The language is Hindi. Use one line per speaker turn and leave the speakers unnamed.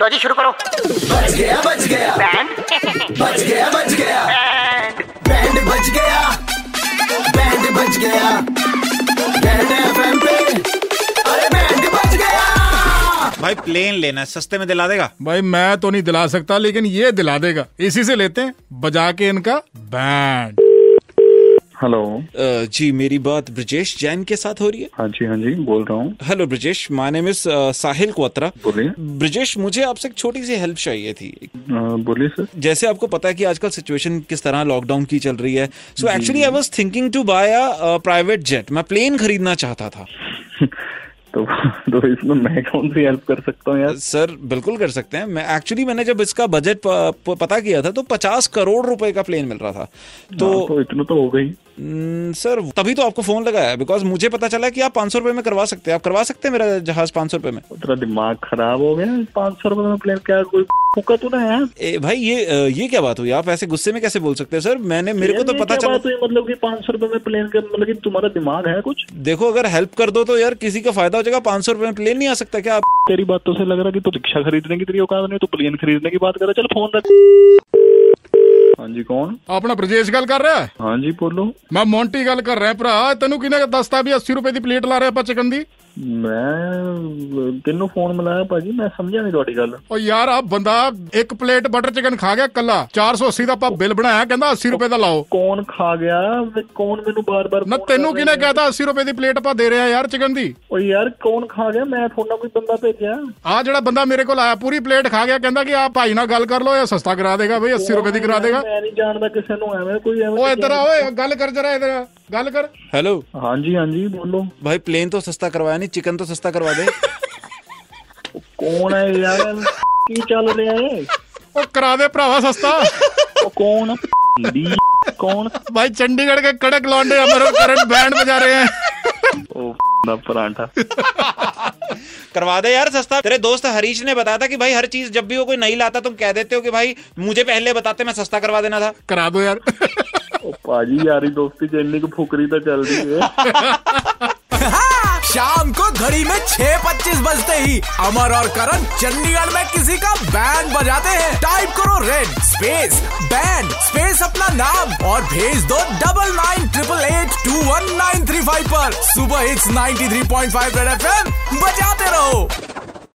लो जी शुरू करो
बच गया बच गया
बैंड
बच गया बच गया
बैंड
बैंड बच गया बैंड बच गया बैंड एफएम पे अरे बैंड बच गया
भाई प्लेन लेना है सस्ते में दिला देगा
भाई मैं तो नहीं दिला सकता लेकिन ये दिला देगा इसी से लेते हैं बजा के इनका बैंड
हेलो
अ, जी मेरी बात ब्रजेश जैन के साथ हो रही है
हाँ जी हाँ जी बोल रहा हूँ
hello Brajesh my name is Sahil Kotra
बोलिए।
ब्रजेश मुझे आपसे एक छोटी सी हेल्प चाहिए थी
अ, बोलिए सर
जैसे आपको पता है कि आजकल सिचुएशन किस तरह लॉकडाउन की चल रही है so actually I was thinking to buy a private jet मैं प्लेन खरीदना चाहता था
तो तो इसमें मैं कौन सी हेल्प कर सकता हूँ यार
सर बिल्कुल कर सकते हैं मैं एक्चुअली मैंने जब इसका बजट प- प- पता किया था तो पचास करोड़ रुपए का प्लेन मिल रहा था
तो,
तो
तो इतना तो हो गई
न, सर तभी तो आपको फोन लगाया बिकॉज मुझे पता चला कि आप 500 रुपए में करवा सकते हैं आप करवा सकते हैं मेरा जहाज 500 रुपए में
तेरा दिमाग खराब हो गया पाँच सौ रुपए में प्लेन क्या कोई फूका तो ना यार
ए, भाई ये अ, ये क्या बात हुई आप ऐसे गुस्से में कैसे बोल सकते हैं सर मैंने मेरे को
यार,
तो
ये
पता
क्या
चला
बात हुई? मतलब कि पाँच सौ रुपए में प्लेन का मतलब कि तुम्हारा दिमाग है कुछ
देखो अगर हेल्प कर दो तो यार किसी का फायदा हो जाएगा 500 रुपए में प्लेन नहीं आ सकता क्या आप
तेरी बातों से लग रहा है कि तू रिक्शा खरीदने की तेरी औकात नहीं तो प्लेन खरीदने की बात कर रहा है। चल फोन रख हाँ जी कौन
ਆਪਣਾ ਪ੍ਰਜੇਸ਼ ਗੱਲ ਕਰ ਰਿਹਾ ਹੈ?
हाँ जी बोलो
ਮੈਂ ਮੌਂਟੀ ਗੱਲ ਕਰ ਰਿਹਾ ਭਰਾ ਤੈਨੂੰ ਕਿਹਨੇ ਦੱਸਤਾ ਵੀ 80 ਰੁਪਏ ਦੀ ਪਲੇਟ ਲਾ ਰਿਹਾ ਆਪਾਂ ਚਿਕਨ ਦੀ
ਮੈਂ ਤੈਨੂੰ ਫੋਨ ਮਿਲਾਇਆ ਭਾਜੀ ਮੈਂ ਸਮਝਿਆ ਨਹੀਂ ਤੁਹਾਡੀ ਗੱਲ
ਓ ਯਾਰ ਆ ਬੰਦਾ ਇੱਕ ਪਲੇਟ ਬਟਰ ਚਿਕਨ ਖਾ ਗਿਆ ਕੱਲਾ 480 ਦਾ ਆਪਾਂ ਬਿੱਲ ਬਣਾਇਆ ਕਹਿੰਦਾ 80 ਰੁਪਏ ਦਾ ਲਾਓ
ਕੌਣ ਖਾ ਗਿਆ ਵੀ ਕੌਣ ਮੈਨੂੰ ਬਾਰ-ਬਾਰ
ਨਾ
ਫੋਨ ਕਰ
ਤੈਨੂੰ
ਰਿਹਾ
ਕਿਹਨੇ
ਹੈ?
ਕਹਿਤਾ 80 ਰੁਪਏ ਦੀ ਪਲੇਟ ਆਪਾਂ ਦੇ ਰਿਹਾ ਯਾਰ ਚਿਕਨ ਦੀ
ਓ ਯਾਰ ਕੌਣ ਖਾ ਗਿਆ ਮੈਂ ਥੋੜਾ ਕੋਈ ਬੰਦਾ ਭੇਜਿਆ
ਆ ਜਿਹੜਾ ਬੰਦਾ ਮੇਰੇ ਕੋਲ ਆਇਆ ਪੂਰੀ ਪਲੇਟ ਖਾ ਗਿਆ ਕਹਿੰਦਾ ਕਿ ਆ ਭਾਈ ਨਾਲ ਗੱਲ ਕਰ ਲਓ ਇਹ ਸਸਤਾ ਕਰਾ ਦੇਗਾ ਬਈ 80 ਰੁਪਏ ਦੀ ਕਰਾ ਦੇਗਾ
ਮੈਂ ਨਹੀਂ ਜਾਣਦਾ ਕਿਸੇ ਨੂੰ ਐਵੇਂ ਕੋਈ ਐਵੇਂ
ਓ ਇੱਧਰ ਆ ਓਏ ਗੱਲ ਕਰ ਜਰਾ ਇੱਧਰ ਆ, ਗੱਲ ਕਰ
हेलो
ਹਾਂਜੀ ਹਾਂਜੀ ਬੋਲੋ
भाई प्लेन तो सस्ता करवाया नहीं चिकन तो सस्ता करवा दे
ਕੌਣ ਹੈ ਯਾਰ ਕੀ ਚੱਲ ਰਿਹਾ ਹੈ
ਓ ਕਰਾ ਦੇ ਭਰਾਵਾ ਸਸਤਾ
ਉਹ ਕੌਣ ਦੀ ਕੌਣ
भाई चंडीगढ़ के कड़क लौंडे हमारे करंट बैंड बजा रहे हैं
ਉਹ ਦਾ ਪਰਾਂਠਾ
करवा दे यार सस्ता तेरे दोस्त हरीश ने बताया था कि भाई हर चीज जब भी वो कोई नहीं लाता तुम कह देते हो कि भाई मुझे पहले बताते मैं सस्ता करवा देना था
करा दो यार
ਉਹ ਭਾਜੀ ਯਾਰੀ ਦੋਸਤੀ ਚ ਇੰਨੀ ਕੁ ਫੁਕਰੀ ਤਾਂ ਚੱਲਦੀ ਹੈ
शाम को घड़ी में छह पच्चीस बजते ही अमर और करण चंडीगढ़ में किसी का बैंड बजाते हैं टाइप करो रेड स्पेस बैंड स्पेस अपना नाम और भेज दो double nine triple eight two one nine three five पर सुबह hits 93.5 three point five red F बजाते रहो